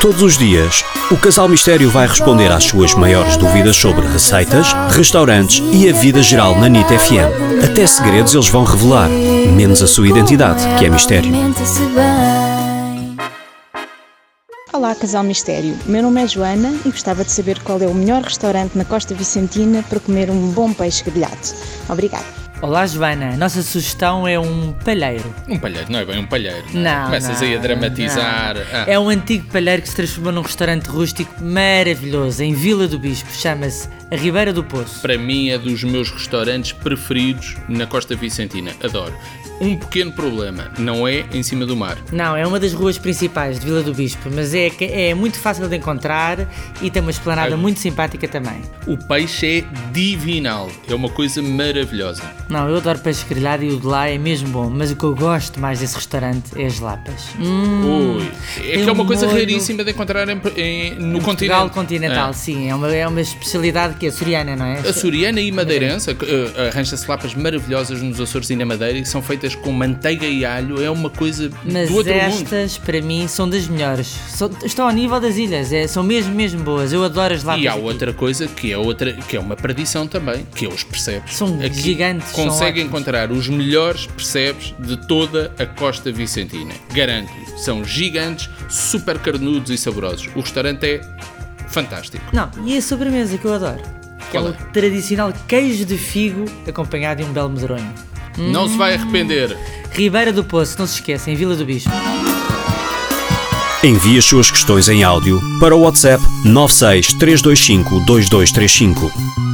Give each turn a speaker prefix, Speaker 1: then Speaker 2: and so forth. Speaker 1: Todos os dias, o Casal Mistério vai responder às suas maiores dúvidas sobre receitas, restaurantes e a vida geral na NIT FM. Até segredos eles vão revelar, menos a sua identidade, que é mistério.
Speaker 2: Mente-se bem.
Speaker 3: Olá, Casal Mistério. Meu nome é Joana e gostava de saber qual é o melhor restaurante na Costa Vicentina para comer um bom peixe grelhado. Obrigada.
Speaker 4: Olá Joana, a nossa sugestão é um palheiro.
Speaker 5: Um palheiro, não é bem um palheiro. é?
Speaker 4: Não,
Speaker 5: Começas
Speaker 4: não,
Speaker 5: aí a dramatizar.
Speaker 4: não.
Speaker 5: Ah,
Speaker 4: É um antigo palheiro que se transformou num restaurante rústico maravilhoso em Vila do Bispo. Chama-se a Ribeira do Poço.
Speaker 5: Para mim é dos meus restaurantes preferidos na Costa Vicentina. Adoro. Um pequeno problema, não é em cima do mar.
Speaker 4: Não, é uma das ruas principais de Vila do Bispo, mas é, que- é muito fácil de encontrar e tem uma esplanada
Speaker 5: Ai.
Speaker 4: muito simpática também.
Speaker 5: O peixe é divinal, é uma coisa maravilhosa.
Speaker 4: Não, eu adoro peixe grelhado e o de lá é mesmo bom, mas o que eu gosto mais desse restaurante é as lapas. Hum,
Speaker 5: Ui, é
Speaker 4: tem
Speaker 5: que é uma
Speaker 4: um
Speaker 5: coisa
Speaker 4: molho-
Speaker 5: raríssima de encontrar em- em- no
Speaker 4: Portugal
Speaker 5: continente.
Speaker 4: continental,
Speaker 5: Ah.
Speaker 4: sim, é uma, é uma especialidade que é açoriana, não é?
Speaker 5: Açoriana e madeirense, que, eh, arranja-se lapas maravilhosas nos Açores e na Madeira e são feitas com manteiga e alho, é uma coisa
Speaker 4: Mas
Speaker 5: do outro mundo.
Speaker 4: estas, para mim, são das melhores. São- estão ao nível das ilhas, é, são mesmo, mesmo boas. Eu adoro as lapas.
Speaker 5: E há
Speaker 4: Ah, aqui.
Speaker 5: outra coisa que é, outra, que é uma perdição também, que é os percebes.
Speaker 4: São gigantes, são
Speaker 5: Consegue
Speaker 4: ótimos.
Speaker 5: encontrar os melhores percebes de toda a costa vicentina. Garanto-lhe, são gigantes, super carnudos e saborosos. O restaurante é fantástico.
Speaker 4: Não, e a sobremesa que eu adoro. Que é
Speaker 5: Qual
Speaker 4: o
Speaker 5: é?
Speaker 4: tradicional queijo de figo acompanhado de um belo medronho.
Speaker 5: Não se vai arrepender.
Speaker 4: Ribeira do Poço, não se esqueçam, em Vila do Bispo.
Speaker 1: Envie as suas questões em áudio para o WhatsApp 963252235.